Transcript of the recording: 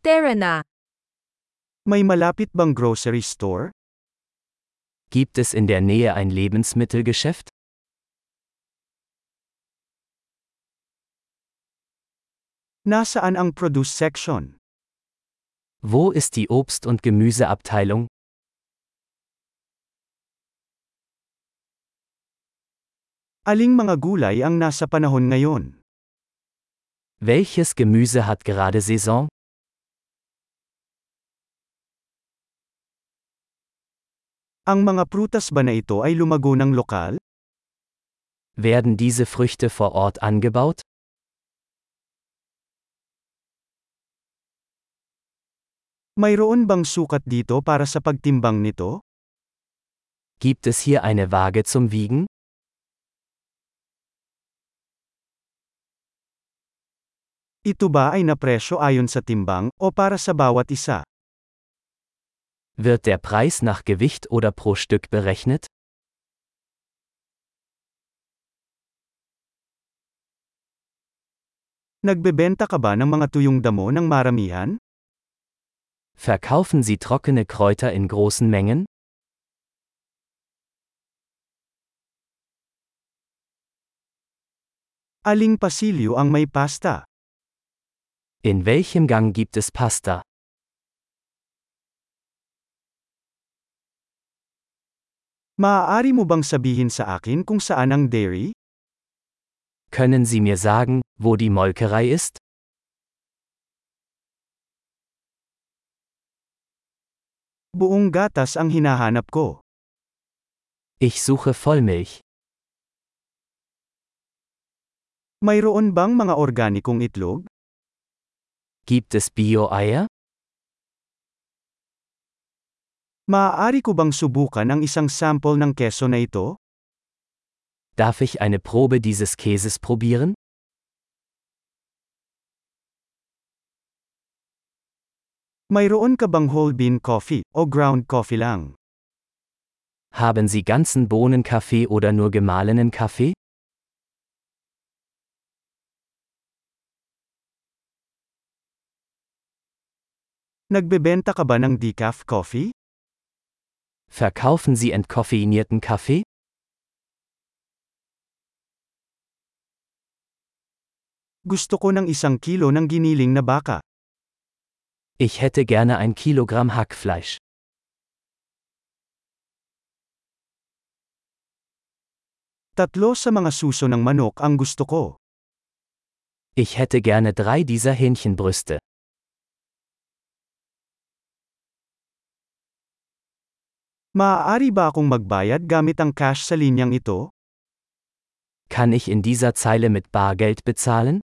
Tara na. May malapit bang grocery store? Gibt es in der Nähe ein Lebensmittelgeschäft? Nasaan ang produce section? Wo ist die Obst- und Gemüseabteilung? Aling mga gulay ang nasa panahon ngayon? Welches Gemüse hat gerade Saison? Ang mga prutas ba na ito ay lumago ng lokal? Werden diese Früchte vor Ort angebaut? Mayroon bang sukat dito para sa pagtimbang nito? Gibt es hier eine Waage zum Wiegen? Ito ba ay napresyo ayon sa timbang o para sa bawat isa? Wird der Preis nach Gewicht oder pro Stück berechnet? Nagbebenta ka ba ng mga tuyong damo ng maramihan? Verkaufen Sie trockene Kräuter in großen Mengen? Aling pasilyo ang may pasta? In welchem Gang gibt es Pasta? Maaari mo bang sabihin sa akin kung saan ang dairy? Können Sie mir sagen, wo die Molkerei ist? Buong gatas ang hinahanap ko. Ich suche Vollmilch. Mayroon bang mga organikong itlog? Gibt es Bio-Eier? Maaari ko bang subukan ang isang sample ng keso na ito? Darf ich eine Probe dieses Käses probieren? Mayroon ka bang whole bean coffee o ground coffee lang? Haben Sie ganzen Bohnenkaffee oder nur gemahlenen Kaffee? Nagbebenta ka ba ng decaf coffee? Verkaufen Sie entkoffeinierten Kaffee? Gusto ko ng isang kilo ng giniling na baka. Ich hätte gerne ein Kilogramm Hackfleisch. Tatlo sa mga suso ng manok ang gusto ko. Ich hätte gerne drei dieser Hähnchenbrüste. Maaari ba akong magbayad gamit ang cash sa linyang ito? Kann ich in dieser Zeile mit Bargeld bezahlen?